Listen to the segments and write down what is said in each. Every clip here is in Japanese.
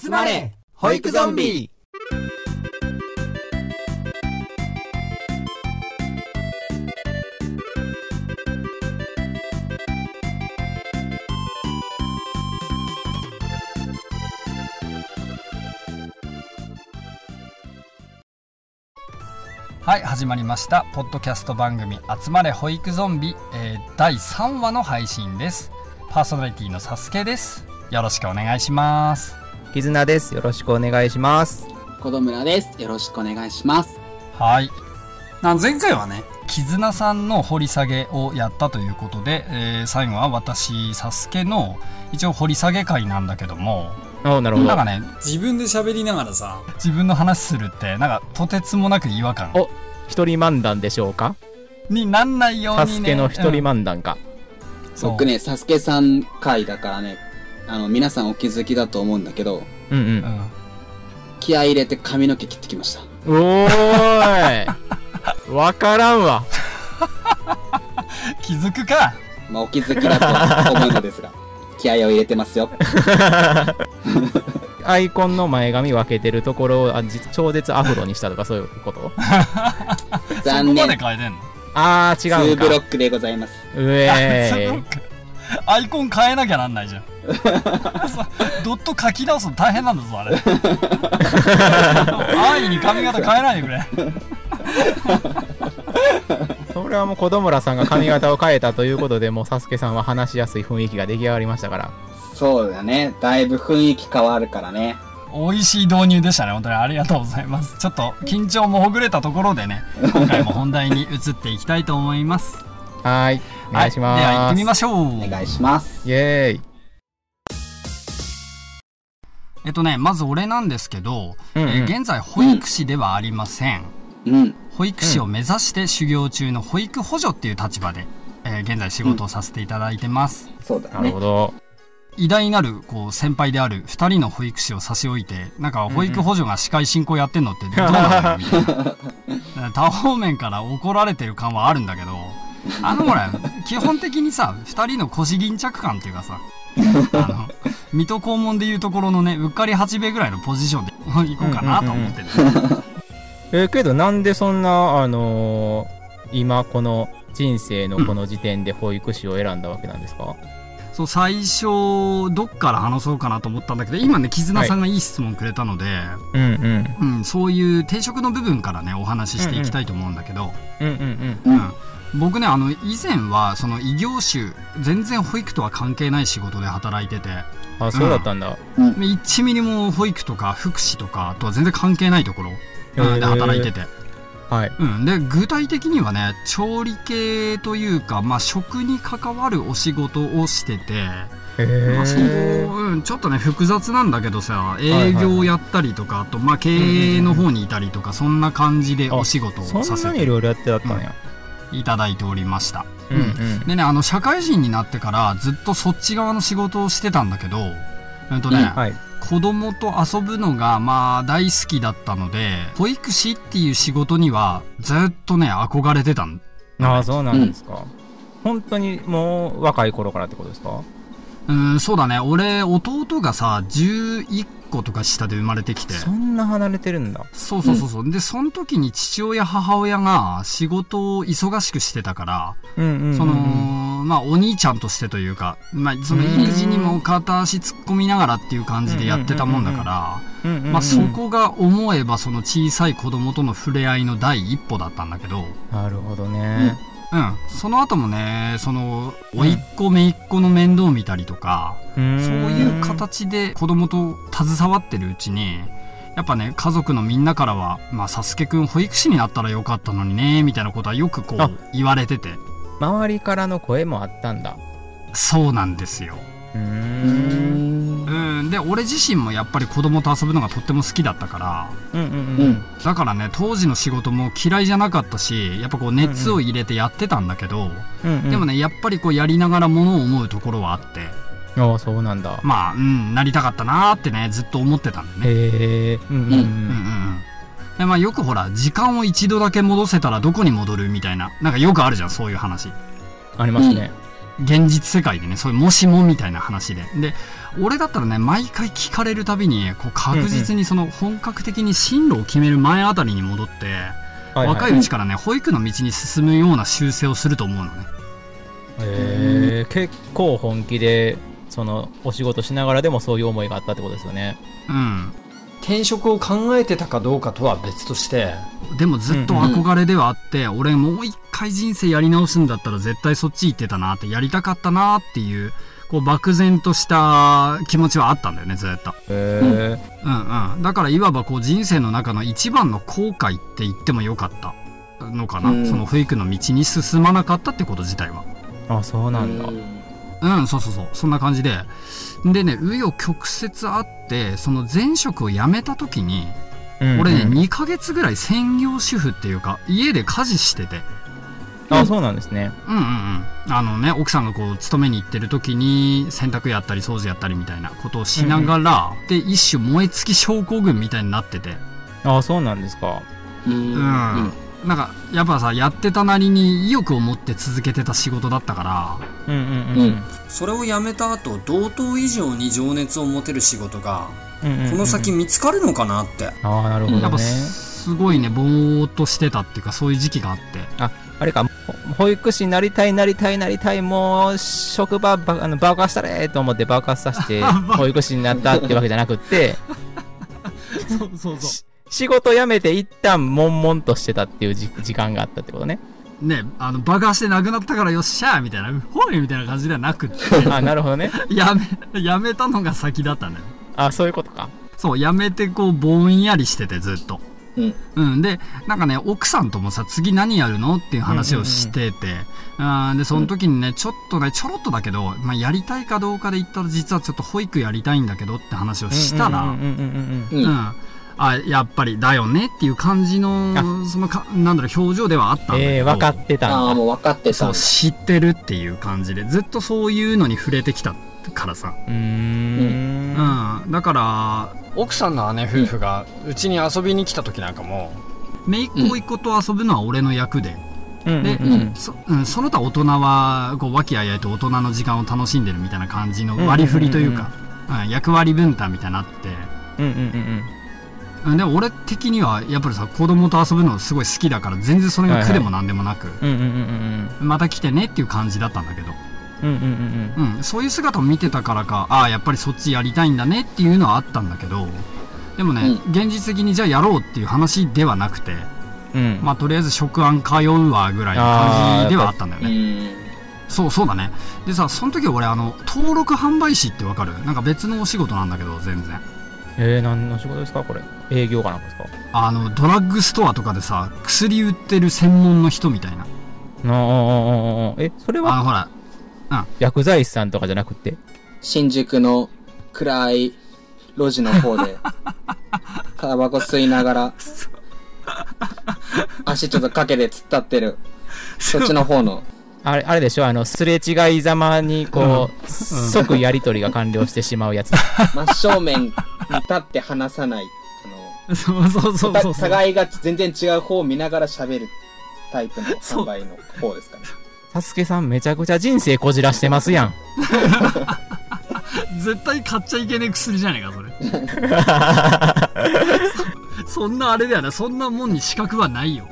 集まれ保育ゾンビはい始まりましたポッドキャスト番組「集まれ保育ゾンビ、えー第3話の配信ですパーソナリティのサスケですよろしくお願いします絆ですよろしくお願いします子供村です。よろしくお願いします。はいな前回はね、絆さんの掘り下げをやったということで、えー最後は私サスケの一応掘り下げ会なんだけどもおなるほなんどかね自分で喋りながらさ、自分の話するってなんかとてつもなく違和感お一人漫談でしょうかになんないようにサねスケの一人漫談か、うんそう僕ね、サスケさん回だからね、あの、皆さんお気づきだと思うんだけど、うん、ううんん気合い入れて髪の毛切ってきました。おーいわからんわ気づくかまあ、お気づきだと思うのですが、 気合を入れてますよ。 アイコンの前髪分けてるところをあじ超絶アフロにしたとかそういうことそこまで残念。変えてんのあツー違うーんブロかックでございます。うそえうかアイコン変えなきゃなんないじゃん そうドット書き直すの大変なんだぞ あれ安易に髪型変えないでくれーい それはもう子供らさんが髪型を変えたということでもうサスケさんは話しやすい雰囲気が出来上がりましたからそうだね。だいぶ雰囲気変わるからね。美味しい導入でしたね本当にありがとうございますちょっと緊張もほぐれたところでね今回も本題に移っていきたいと思いますはーいお願いしまはい、では行っす、てみましょうお願いします。イエーイえっとねまず俺なんですけど、うんうんえー現在保育士ではありません、うん。保育士を目指して修行中の保育補助っていう立場で、えー現在仕事をさせていただいてます、そうだなるねほ。ど。偉大なるこう先輩である2人の保育士を差し置いてなんか保育補助が司会進行やってんのってどうなのみたいな多方面から怒られてる感はあるんだけどあのほら基本的にさ2人の腰巾着感っていうかさあの水戸黄門でいうところのねうっかり八兵衛ぐらいのポジションで行こうかなと思ってる、えーけどなんでそんな、あのー今この人生のこの時点で保育士を選んだわけなんですか、そう最初どっから話そうかなと思ったんだけど今ね絆さんがいい質問くれたので、うん、うんうん。うん、そういう定職の部分からねお話ししていきたいと思うんだけど、うんうんうん。僕ねあの以前はその異業種全然保育とは関係ない仕事で働いててうん。あ、そうだったんだ。で1ミリも保育とか福祉とかとは全然関係ないところうんで働いてて、はい。うん、で具体的にはね調理系というか、まあ、食に関わるお仕事をしてて、へえまあそこうん、ちょっとね複雑なんだけどさ営業をやったりとか、あと、まあ、経営の方にいたりとか、そんな感じでお仕事をそさんせなにいてろいろやってだったんや。いただいておりました。うんうん。でねあの社会人になってからずっとそっち側の仕事をしてたんだけど、うんとねうんはい。子供と遊ぶのがまあ大好きだったので保育士っていう仕事にはずっとね憧れてたん、ああ、そうなんですか。本当にもう若い頃からってことですかうん、そうだね俺弟がさ11個とか下で生まれてきてそんな離れてるんだ。そうそうそうそう、でその時に父親母親が仕事を忙しくしてたからうんうんうんうん。その、まあお兄ちゃんとしてというか、まあ、その育児にも片足突っ込みながらっていう感じでやってたもんだから、うんうんうん、まあ、そこが思えばその小さい子供との触れ合いの第一歩だったんだけど、なるほどね。うん、その後もねその甥っ子姪っ子の面倒を見たりとか、そうそういう形で子供と携わってるうちにやっぱね家族のみんなからは「まあ、サスケくん保育士になったらよかったのにね」みたいなことはよくこあう言われてて周りからの声もあったんだ。そうなんですよ。うー。うんん。うん、で俺自身もやっぱり子供と遊ぶのがとっても好きだったからうんうんううんん。だからね当時の仕事も嫌いじゃなかったしやっぱこう熱を入れてやってたんだけど、うんうんでもねやっぱりこうやりながらものを思うところはあってああそうなんだまあうんなりたかったなーってねずっと思ってたんだよね。へえうんうんううんうんうんうんんでまあ、よくほら時間を一度だけ戻せたらどこに戻るみたいななんかよくあるじゃんそういう話ありますね現実世界でねそういうもしもみたいな話でで俺だったらね毎回聞かれるたびにこう確実にその本格的に進路を決める前あたりに戻って、はいはい若いうちからね保育の道に進むような修正をすると思うのね。えー、結構本気でそのお仕事しながらでもそういう思いがあったってことですよねうん、転職を考えてたかどうかとは別としてでもずっと憧れではあって、俺もう一回人生やり直すんだったら絶対そっち行ってたなってやりたかったなっていうこう漠然とした気持ちはあったんだよねずっと。へえうんうん、だからいわばこう人生の中の一番の後悔って言ってもよかったのかな、うんその保育の道に進まなかったってこと自体は。あそうなんだうんそうそうそうそんな感じででね紆余曲折あってその前職を辞めた時にうん俺ね、うん2ヶ月ぐらい専業主婦っていうか家で家事しててあそうなんですねうんうんうんあのね奥さんがこう勤めに行ってる時に洗濯やったり掃除やったりみたいなことをしながら、で一種燃え尽き症候群みたいになっててあそうなんですかうんううん、んなんかやっぱさやってたなりに意欲を持って続けてた仕事だったからうんうんうんうんそれをやめた後同等以上に情熱を持てる仕事がうんうんうんこの先見つかるのかなって、ああなるほどねやっぱすごいねぼーっとしてたっていうかそういう時期があってあれかほ保育士になりたいなりたいなりたいもう職場ばあの爆発したれーと思って爆発させ て保育士になったってわけじゃなくってそうそうそ仕事辞めて一旦悶々としてたっていうじ時間があったってことねうねあの爆破してなくなったからよっしゃーみたいなうほいみたいな感じではなくてあなるほどねやめやめたのが先だったんだよねあそういうことかそうやめてこうぼんやりしててずっとうんうん、でなんかね奥さんともさ次何やるのっていう話をしてて、あーでその時にねちょっとねちょろっとだけど、まあ、やりたいかどうかで言ったら実はちょっと保育やりたいんだけどって話をしたら、うんうんうんううんんうんあやっぱりだよねっていう感じのそのかなんだろう表情ではあったんだうんけど、ええ分かってたああんだもう分かってたそんうだ知ってるっていう感じでずっとそういうのに触れてきたからさ、うーんうん、だから奥さんの姉夫婦がうちに遊びに来た時なんかも姪っ子甥っ子と遊ぶのは俺の役で、うんで、うんうんそうん、その他大人はこう和気あいあいと大人の時間を楽しんでるみたいな感じの割り振りというか、うん役割分担みたいになってうんうんうんうんで俺的にはやっぱりさ子供と遊ぶのすごい好きだから全然それが苦でも何でもなく、うんうんうんうんまた来てねっていう感じだったんだけど、うんうんうんうん、そういう姿を見てたからかああやっぱりそっちやりたいんだねっていうのはあったんだけどでもね、う現実的にじゃあやろうっていう話ではなくて、うんうんまあ、とりあえず食案通うわぐらいの感じではあったんだよね。うんそうそうだねでさその時俺あの登録販売士ってわかるなんか別のお仕事なんだけど全然えー、何の仕事ですかこれ営業かなんかですかあのドラッグストアとかでさ薬売ってる専門の人みたいなああああああえそれあはのほら薬剤師さんとかじゃなくて新宿の暗い路地の方 でタバコ吸いながら足ちょっとかけて突っ立ってるそっちの方のあれあれでしょあのすれ違いざまにこう、即やり取りが完了してしまうやつ真正面に立って話さないあ のそうそうそうそうた互いが全然違う方を見ながら喋るタイプの販売の方ですかね。サスケさんめちゃくちゃ人生こじらしてますやん絶対買っちゃいけねえ薬じゃねえかそれそんなあれだよねそんなもんに資格はないよ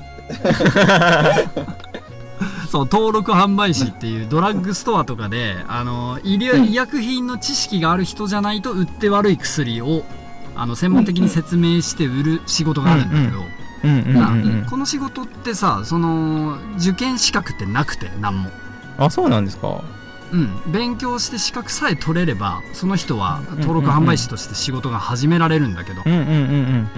そう登録販売士っていうドラッグストアとかであの医療医薬品の知識がある人じゃないと売って悪い薬をあの専門的に説明して売る仕事があるんだけど、うんうんうん、うまあん、この仕事ってさその受験資格ってなくて何も。あそうなんですかうん、勉強して資格さえ取れればその人はん登録販売士として仕事が始められるんだけどう、んうんうんうんうん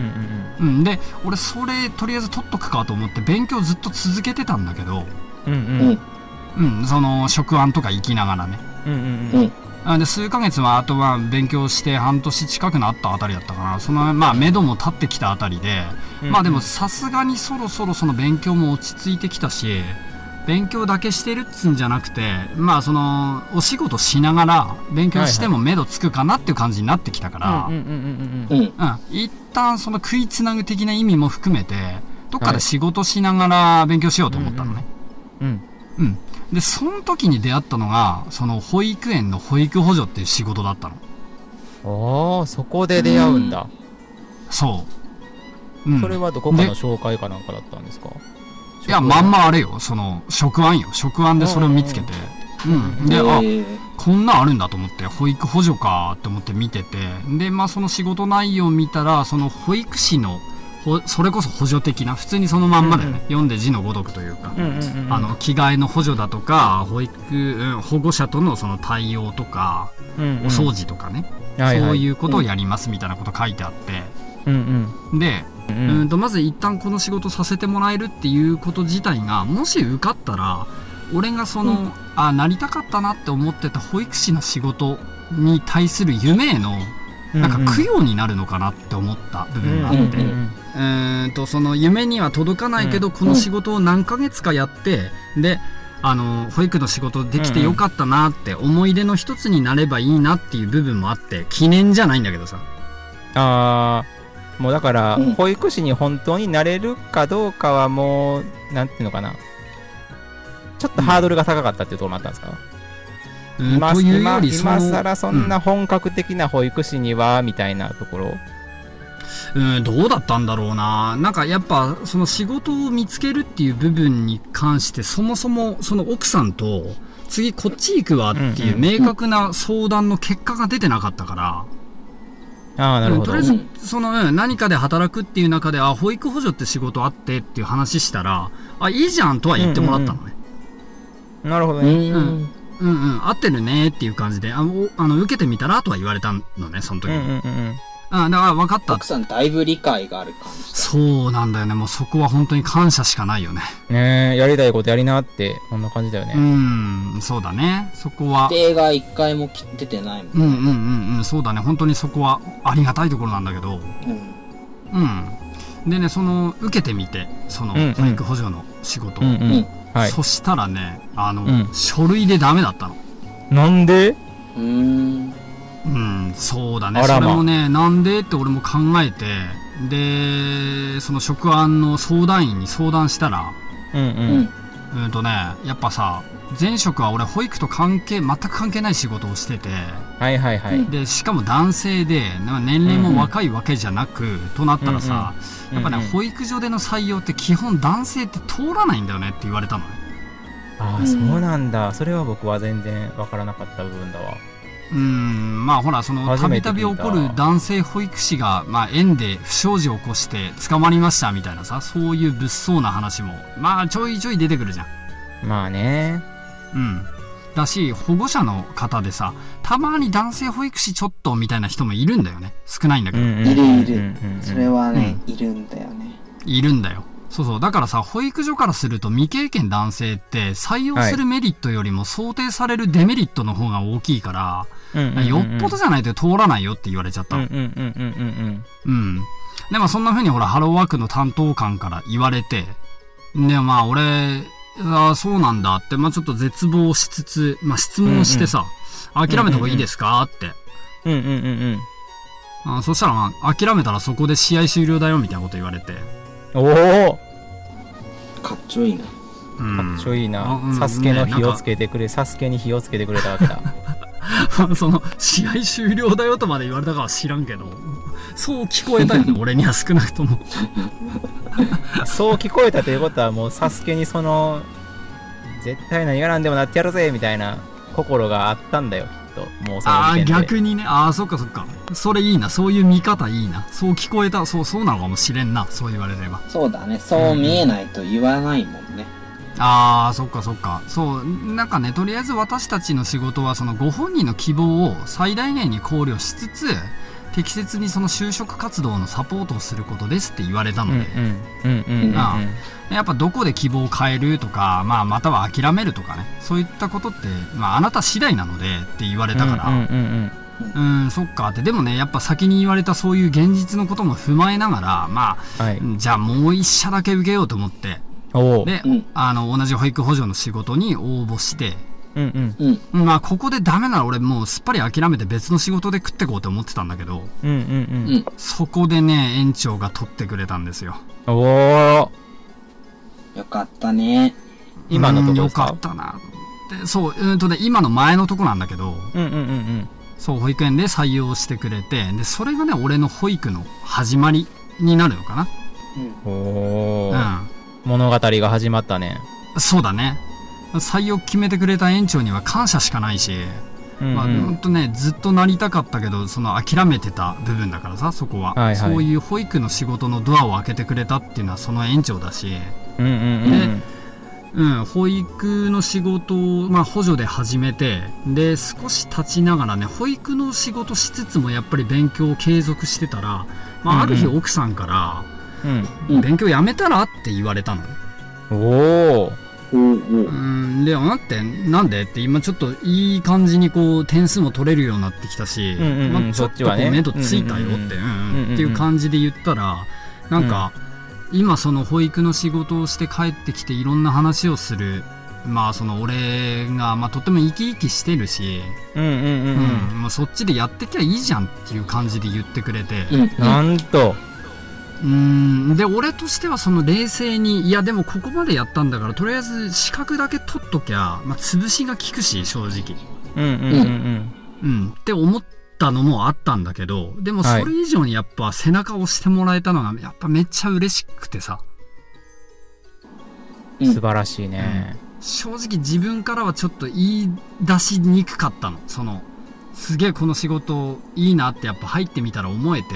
うん、で俺それとりあえず取っとくかと思って勉強ずっと続けてたんだけど、うんうんうんうん、その職案とか行きながらねうんうんううんんあで数ヶ月はあとは勉強して半年近くなったあたりだったかなそのまあ目処も立ってきたあたりで、うんまあでもさすがにそろそろその勉強も落ち着いてきたし勉強だけしてるっつんじゃなくてまあそのお仕事しながら勉強しても目処つくかなっていう感じになってきたから、うんうんうんううんんうん、一旦その食いつなぐ的な意味も含めてどっかで仕事しながら勉強しようと思ったのね、うんうんでその時に出会ったのがその保育園の保育補助っていう仕事だったのああ、そこで出会うんだ。そう、うん、それはどこかの紹介かなんかだったんですかいやまんまあれよその食案よ食案でそれを見つけてうんで、あええこんなんあるんだと思って保育補助かと思って見ててでまあその仕事内容を見たらその保育士のほそれこそ補助的な普通にそのまんまで、ねうんうん読んで字のごとくというか、うんうんうんうんあの着替えの補助だとか保育、うん保護者とのその対応とか、うんうおん掃除とかね、はいはそういいうことをやりますみたいなこと書いてあって、うんうんで、ううんんとまず一旦この仕事させてもらえるっていうこと自体がもし受かったら俺がその、あなりたかったなって思ってた保育士の仕事に対する夢へのうんなんか供養になるのかなって思った部分があっうて、んううんうんーんとその夢には届かないけど、この仕事を何ヶ月かやってであの保育の仕事できてよかったなって思い出の一つになればいいなっていう部分もあって記念じゃないんだけどさああもうだから、うん保育士に本当になれるかどうかはもうなんていうのかなちょっとハードルが高かったっていうところもあったんですか、うん今というよ今りその今更そんな本格的な保育士には、みたいなところうん、どうだったんだろうな。なんかやっぱ、その仕事を見つけるっていう部分に関して、そもそもその奥さんと、次こっち行くわっていうう明確な相談の結果が出てなかったから、ああなるほど、ううんんとりあえず、その、うん何かで働くっていう中で、あ、保育補助って仕事あってっていう話したら、あ、いいじゃんとは言ってもらったのね。なるほどうね、んうんうんうん、合ってるねっていう感じで、あおあの、受けてみたらとは言われたのね、そのうん時うに。んうんあだから分かった奥。さんだいぶ理解がある感じそうなんだよね。もうそこは本当に感謝しかないよね。うんねえやりたいことやりなってこんな感じだよね、うん、そうだね。そこは。映画一回もき出てないもん、うんうんうんうん、そうだね。本当にそこはありがたいところなんだけど。うんうん。でね、その、受けてみて、そのうんうん、保育補助の仕事を。うんうん、うんはいそしたらね、あの、うん書類でダメだったの。なんでうーんうん、そうだね。あらそまれもね、なんでって俺も考えて、で、その職案の相談員に相談したら、うんううんんうんとね、やっぱさ、前職は俺保育と関係、全く関係ない仕事をしてて、はいはいはい、でしかも男性でな年齢も若いわけじゃなく、となったらさ、やっぱね、うんうん保育所での採用って基本男性って通らないんだよねって言われたのねああそうなんだそれは僕は全然わからなかった部分だわうんまあほらその初ためびてたび聞い起たこる男性保育士が、まあ、園で不祥事を起こして捕まりましたみたいなさそういう物騒な話もまあちょいちょい出てくるじゃんまあねうんだし保護者の方でさたまに男性保育士ちょっとみたいな人もいるんだよね少ないんだけど、いいるいるそれはね、いるんだよねいるんだよ。そうそう。だからさ、保育所からすると未経験男性って採用するメリットよりも想定されるデメリットの方が大きいから、よっぽどじゃないと通らないよって言われちゃったうんの。ううんんうんうんうんでもそんな風にほら、ハローワークの担当官から言われて、で、まあ俺、あーそうなんだって、まあちょっと絶望しつつ、まあ質問してさ、諦めた方がいいですかって。うんうんうんうんあーそしたら、まあ、諦めたらそこで試合終了だよみたいなこと言われて。おおかっちょいいなうんかっちょいいあうなんサスケの火ねなをんかつけてくれサスケに火をつけてくれたわけだ その試合終了だよとまで言われたかは知らんけどそう聞こえたよ ね俺には少なくともそう聞こえたということはもうサスケにその絶対何がなんでもなってやるぜみたいな心があったんだよきっともうそのああ時点で逆にねああそっかそっかそれいいなそういう見方いいなそう聞こえたそうそうなのかもしれんなそう言われればそうだねそう見えないと言わないもんねああそっかそっかそうなんかねとりあえず私たちの仕事はそのご本人の希望を最大限に考慮しつつ適切にその就職活動のサポートをすることですって言われたうんのうで、んうんうんうんあやっぱどこで希望を変えるとか、まあ、または諦めるとかねそういったことって、まあ、あなた次第なのでって言われたから、ううんんうんうんそっかってでもねやっぱ先に言われたそういう現実のことも踏まえながらまうんあはいじゃあもう一社だけ受けようと思っておおで、うんあの同じ保育補助の仕事に応募して、うんうんうんまあ、ここでダメなら俺もうすっぱり諦めて別の仕事で食ってこうと思ってたんだけどうんうんそこでね園長が取ってくれたんですようんおおよかったね今のところうんでよすかかったなでそううんとね今の前のとこなんだけどうんうんうんそう保育園で採用してくれてでそれがね俺の保育の始まりになるのかおー、な、物語が始まったね。うん、そうだね採用決めてくれた園長には感謝しかないし、うんまあ、うほんんとねずっとなりたかったけどその諦めてた部分だからさそこは、はいはいそういう保育の仕事のドアを開けてくれたっていうのはその園長だし、うんうんうんうん。うん、保育の仕事を、まあ、補助で始めてで少し経ちながらね保育の仕事しつつもやっぱり勉強を継続してたら、まあ、ある日うん奥さんからう「ん勉強やめたら?」って言われたの。おーうんう。うんん、で「あなってなんで?」って今ちょっといい感じにこう点数も取れるようになってきたし、うんうんうんまあ、ちょそっっとちこはうね目処ついたよって、ううんうんうんうんっていう感じで言ったらなんか、今その保育の仕事をして帰ってきていろんな話をする。まあその俺が、まあ、とても生き生きしてるし、うんうんうんうん。うんまあ、そっちでやってきゃいいじゃんっていう感じで言ってくれて、うん。なんと。うんで俺としてはその冷静にいやでもここまでやったんだからとりあえず資格だけ取っときゃ、まあ、潰しが効くし正直、うんうんうんうん、って思ったのもあったんだけどでもそはいれ以上にやっぱ背中を押してもらえたのがやっぱめっちゃ嬉しくてさうん。素晴らしいね。正直自分からはちょっと言い出しにくかったのそのすげえこの仕事いいなってやっぱ入ってみたら思えて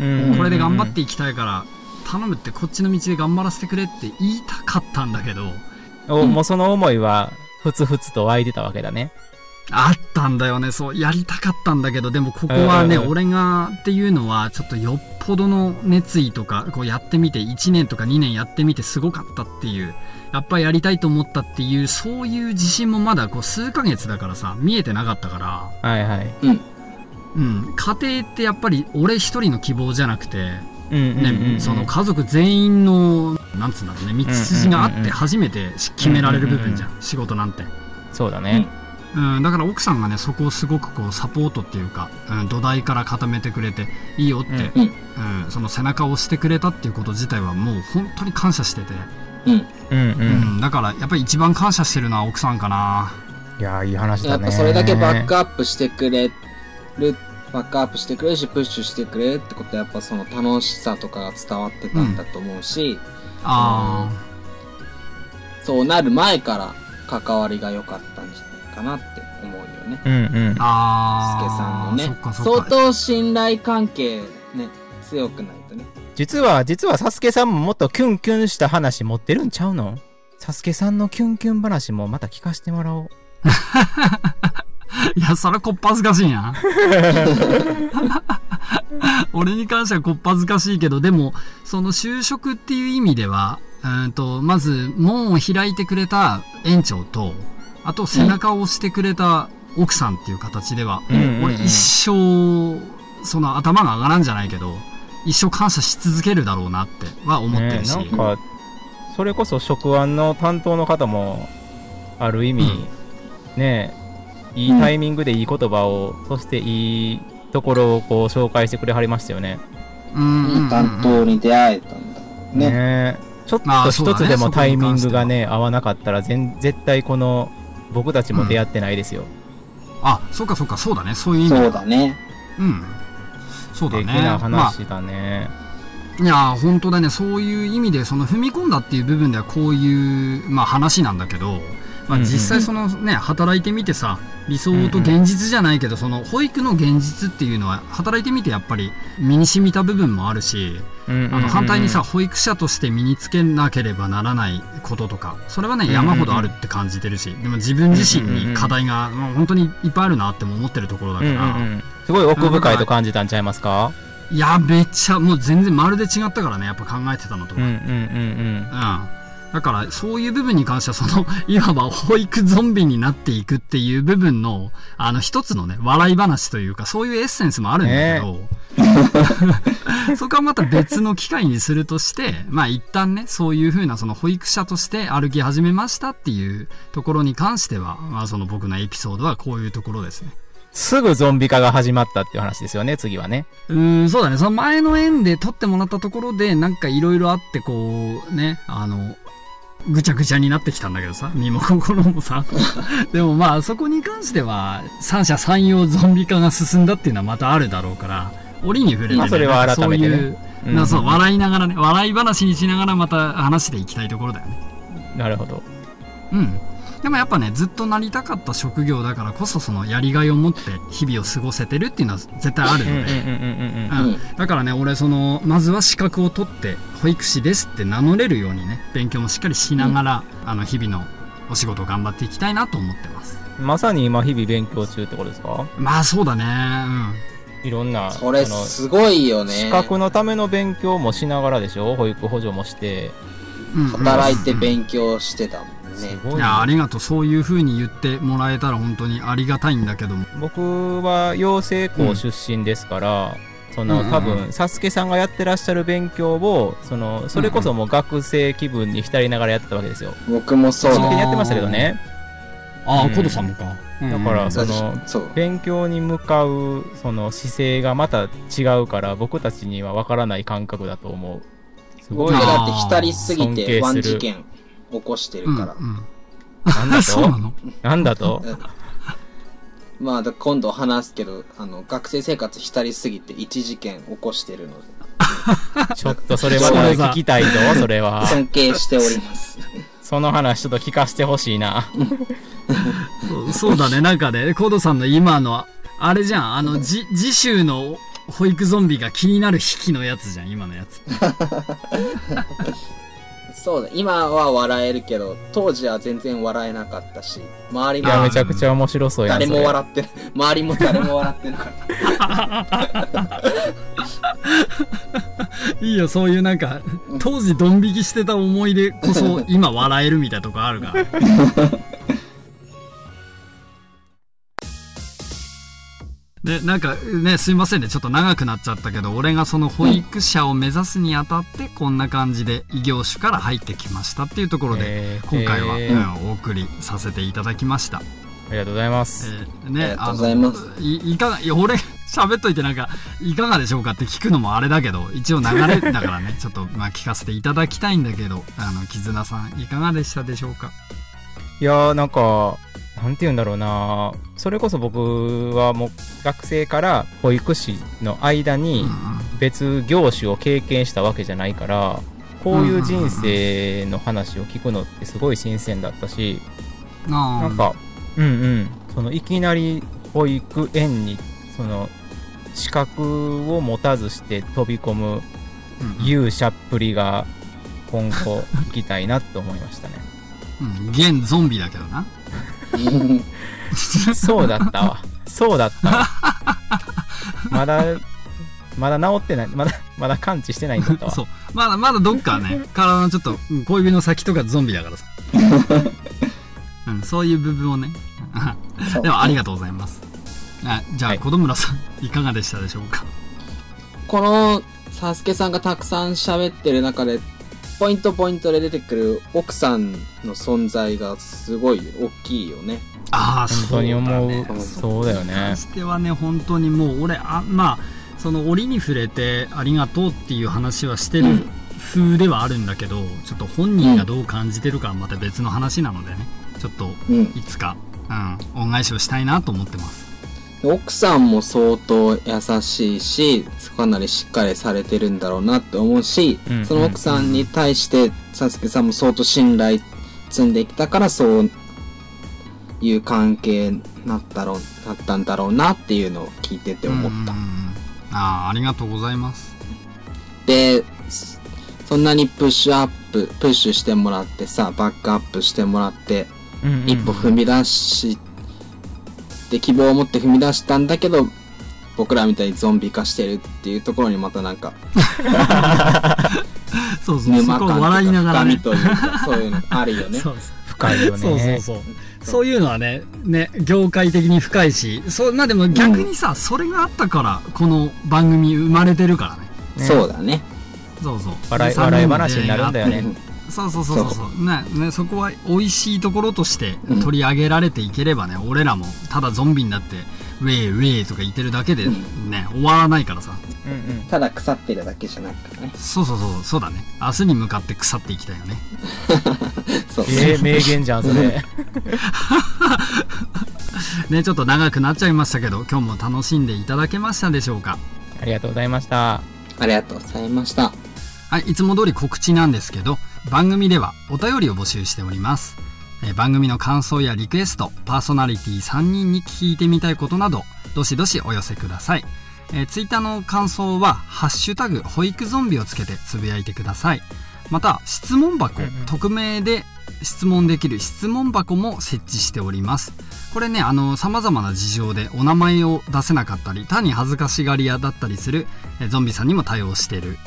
うんこれで頑張っていきたいから頼むってこっちの道で頑張らせてくれって言いたかったんだけどおもうその思いはふつふつと湧いてたわけだね。あったんだよねそうやりたかったんだけどでもここはね、うんうんうん俺がっていうのはちょっとよっぽどの熱意とかこうやってみて1年とか2年やってみてすごかったっていうやっぱりやりたいと思ったっていうそういう自信もまだこう数ヶ月だからさ見えてなかったから。はいはい。うん、家庭ってやっぱり俺一人の希望じゃなくて、ねうんうんうんうん。その家族全員のなんつうんだろうね道筋があうんうっんうんうてん初めてし決められる部分じゃん、仕事なんて、そうだね。うん、だから奥さんがねそこをすごくこうサポートっていうか、うん、土台から固めてくれていいよって、ううんうんその背中を押してくれたっていうこと自体はもう本当に感謝してて、うんううんん。だからやっぱり一番感謝してるのは奥さんかないやーいい話やだっね。ぱそれだけバックアップしてくれる、バックアップしてくれるし、プッシュしてくれるってことは、やっぱその楽しさとかが伝わってたんだと思うし、あそうなる前から関わりが良かったんじゃないかなって思うよね。うんうんー。あ助さんのーねそっかそ相っか当信頼関係ね、強くないとね。実は、実はサスケさんももっとキュンキュンした話持ってるんちゃうのサスケさんのキュンキュン話もまた聞かせてもらおう。いやそれこっぱずかしいな俺に関してはこっぱずかしいけどでもその就職っていう意味ではうんとまず門を開いてくれた園長とあと背中を押してくれた奥さんっていう形では、うんうんうん俺一生その頭が上がらんじゃないけど一生感謝し続けるだろうなっては思ってるし、ねえなんかそれこそ職安の担当の方もある意味、うんねえいいタイミングでいい言葉を、そしていいところをこう紹介してくれはりましたよね。うんうんうんいい担当に出会えたんだね。ねえちょっあとあそう一だねつでもタイミングがそこに関ね合わなかったら全絶対この僕たちも出会ってないですよ。あそうかそうかそうだねそういう意味そうだね。うんそうだね的なまあ話だね。いやー本当だねそういう意味でその踏み込んだっていう部分ではこういう、まあ、話なんだけど、まうあ、んうん実際その、ね働いてみてさ理想と現実じゃないけどその保育の現実っていうのは働いてみてやっぱり身に染みた部分もあるしうんうんあうんの反対にさ保育者として身につけなければならないこととかそれはねうん山ほどあるって感じてるしでも自分自身に課題がもう本当にいっぱいあるなっても思ってるところだうかんうら。んうんすごい奥深いと感じたんちゃいますかいやめっちゃもう全然まるで違ったからねやっぱ考えてたのとうんうんうんうん。だから、そういう部分に関しては、その、 いわば保育ゾンビになっていくっていう部分の、あの、一つのね、笑い話というか、そういうエッセンスもあるんだけど、そこはまた別の機会にするとして、まあ一旦ね、そういうふうな、その保育者として歩き始めましたっていうところに関しては、まあその僕のエピソードはこういうところですね。うん。すぐゾンビ化が始まったっていう話ですよね、次はね。うーん、そうだね。その前の縁で撮ってもらったところで、なんかいろいろあって、こう、ね、あの、ぐちゃぐちゃになってきたんだけど さ身も心もさ でもまあそこに関しては三者三様ゾンビ化が進んだっていうのはまたあるだろうから折に触れて、ねまあそれはなんか改めてねそういう、うんなそう笑いながらね笑い話にしながらまた話していきたいところだよねなるほど。うんでもやっぱねずっとなりたかった職業だからこそそのやりがいを持って日々を過ごせてるっていうのは絶対あるうんのうんで、うんうんうんだからね俺そのまずは資格を取って保育士ですって名乗れるようにね勉強もしっかりしながら、あの日々のお仕事を頑張っていきたいなと思ってますうん。まさに今日々勉強中ってことですかまあそうだねいろんな、それあのすごいよね。資格のための勉強もしながらでしょ保育補助もして。うん、うん、働いて強、勉強してたもんすね。ごいいねやありがとうそういう風に言ってもらえたら本当にありがたいんだけども僕は養成校出身ですから、そうんうんうのん多分サスケさんがやってらっしゃる勉強をそのそれこそもう学生気分に浸りながらやってたわけですよ。僕もそう真だ剣にやってましたけどね。ああうんコドさんもか、だからそそうのそう。勉強に向かうその姿勢がまた違うから僕たちには分からない感覚だと思う。すご僕いなな。だって浸りすぎ尊敬すてるワン事件起こしてうるんから。なんだうんそうなとのなんだとまあだ今度話すけど、あの学生生活浸りすぎて一事件起こしてるので、ちょっとそれまた聞きたいぞ、それは。尊敬しております。その話ちょっと聞かせてほしいな。そうそうだねなんかねコドさんの今のあれじゃんあのじ次週の保育ゾンビが気になる引きのやつじゃん今のやつそうだ、今は笑えるけど、当時は全然笑えなかったし、周りいや、もめちゃくちゃ面白そうやん。誰そもれ笑って、周りも誰も笑ってなかった。いいよそういうなんか当時ドン引きしてた思い出こそ今笑えるみたいなとこあるからでなんかねすいませんねちょっと長くなっちゃったけど俺がその保育者を目指すにあたってこんな感じで異業種から入ってきましたっていうところでえー今回は、えーうんお送りさせていただきました。ありがとうございます。えーあね、りがとうござい ますあのいいかがいや 俺喋っといてなんかいかがでしょうかって聞くのもあれだけど一応流れだから ねちょっとまあ聞かせていただきたいんだけどあの絆さんいかがでしたでしょうかいやーなんかなんて言うんだろうなそれこそ僕はもう学生から保育士の間うんにうん別業種を経験したわけじゃないからこういう人生の話を聞くのってすごい新鮮だったしななんかうんうんそのいきなり保育園にその資格を持たずして飛び込むうん勇者っぷりが今後行きたいなと思い ましたねうん現ゾンビだけどなそうだったわ。そうだったわ。 まだ、まだ治ってない。まだ、まだ完治してないんだったわ。そうまだまだどっか ね体のちょっとうん小指の先とかゾンビだからさ、 うん、そういう部分をねそうでもありがとうございますあじゃあ、はい子供村さんいかがでしたでしょうかこのサスケさんがたくさん喋ってる中で、ポイントポイントで出てくる奥さんの存在がすごい大きいよね。ああ本当に思そうう。だねそうだよねに関。してはね本当にもう俺あまあその折に触れてありがとうっていう話はしてるうん風ではあるんだけど、ちょっと本人がどう感じてるかはまた別の話なのでねちょっとうん。いつか、うん、恩返しをしたいなと思ってます奥さんも相当優しいし、かなりしっかりされてるんだろうなって思うし、うんその奥さんに対してサスケさんも相当信頼積んできたから、そういう関係になったろう、なったんだろうなっていうのを聞いてて思ったうん。ああありがとうございますで、そそんなにプッシュアップ、プッシュしてもらってさ、バックアップしてもらって、うんうん一歩踏み出して、希望を持って踏み出したんだけど、僕らみたいにゾンビ化してるっていうところにまたなんか、そうそうそ沼こ感をと笑いないうがから深みねというか、そういうのあるよ ね。そうそう深いよね。そうそうそう。そういうのはね、ね、業界的に深いし、そう、まあでも逆にさ、それがあったから、この番組生まれてるからね。ねそうだね。そうそう。笑いで笑い話になるんだよ。三人の出会いがあっね。てそうそうそうそうそう。ね、ね、そこは美味しいところとして取り上げられていければね、俺らもただゾンビになってウェイウェイとか言ってるだけでね、終わらないからさ。うんうん。ただ腐ってるだけじゃなくてね。そうそうそう、そうだね。明日に向かって腐っていきたいよね。そうね。えー、名言じゃん、それ。ね、ちょっと長くなっちゃいましたけど、今日も楽しんでいただけましたでしょうか。ありがとうございました。ありがとうございました。はい、いつも通り告知なんですけど、番組ではお便りを募集しております。えー番組の感想やリクエスト、パーソナリティ3人に聞いてみたいことなど、どしどしお寄せください。えー、ツイッターの感想は、ハッシュタグ、保育ゾンビをつけてつぶやいてください。また、質問箱、うんうん匿名で質問できる質問箱も設置しております。これね、あの、様々な事情でお名前を出せなかったり、単に恥ずかしがり屋だったりする、えーゾンビさんにも対応している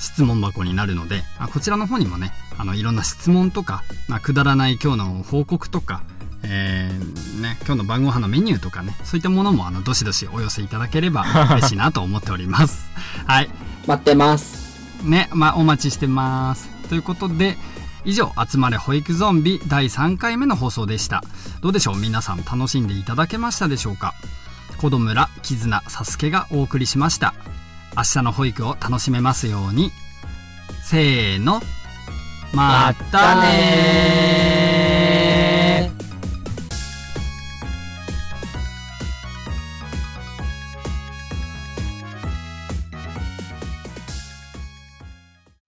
質問箱になるのであこちらの方にもねあのいろんな質問とか、まあ、くだらない今日の報告とか、えーね、今日の晩ご飯のメニューとかねそういったものもあのどしどしお寄せいただければ嬉しいなと思っております。 はい待ってます。ねまあ、お待ちしてます。ということで以上「集まれ保育ゾンビ」第3回目の放送でしたどうでしょう皆さん楽しんでいただけましたでしょうか子供村絆サスケがお送りしました明日の保育を楽しめますようにせーのまたねー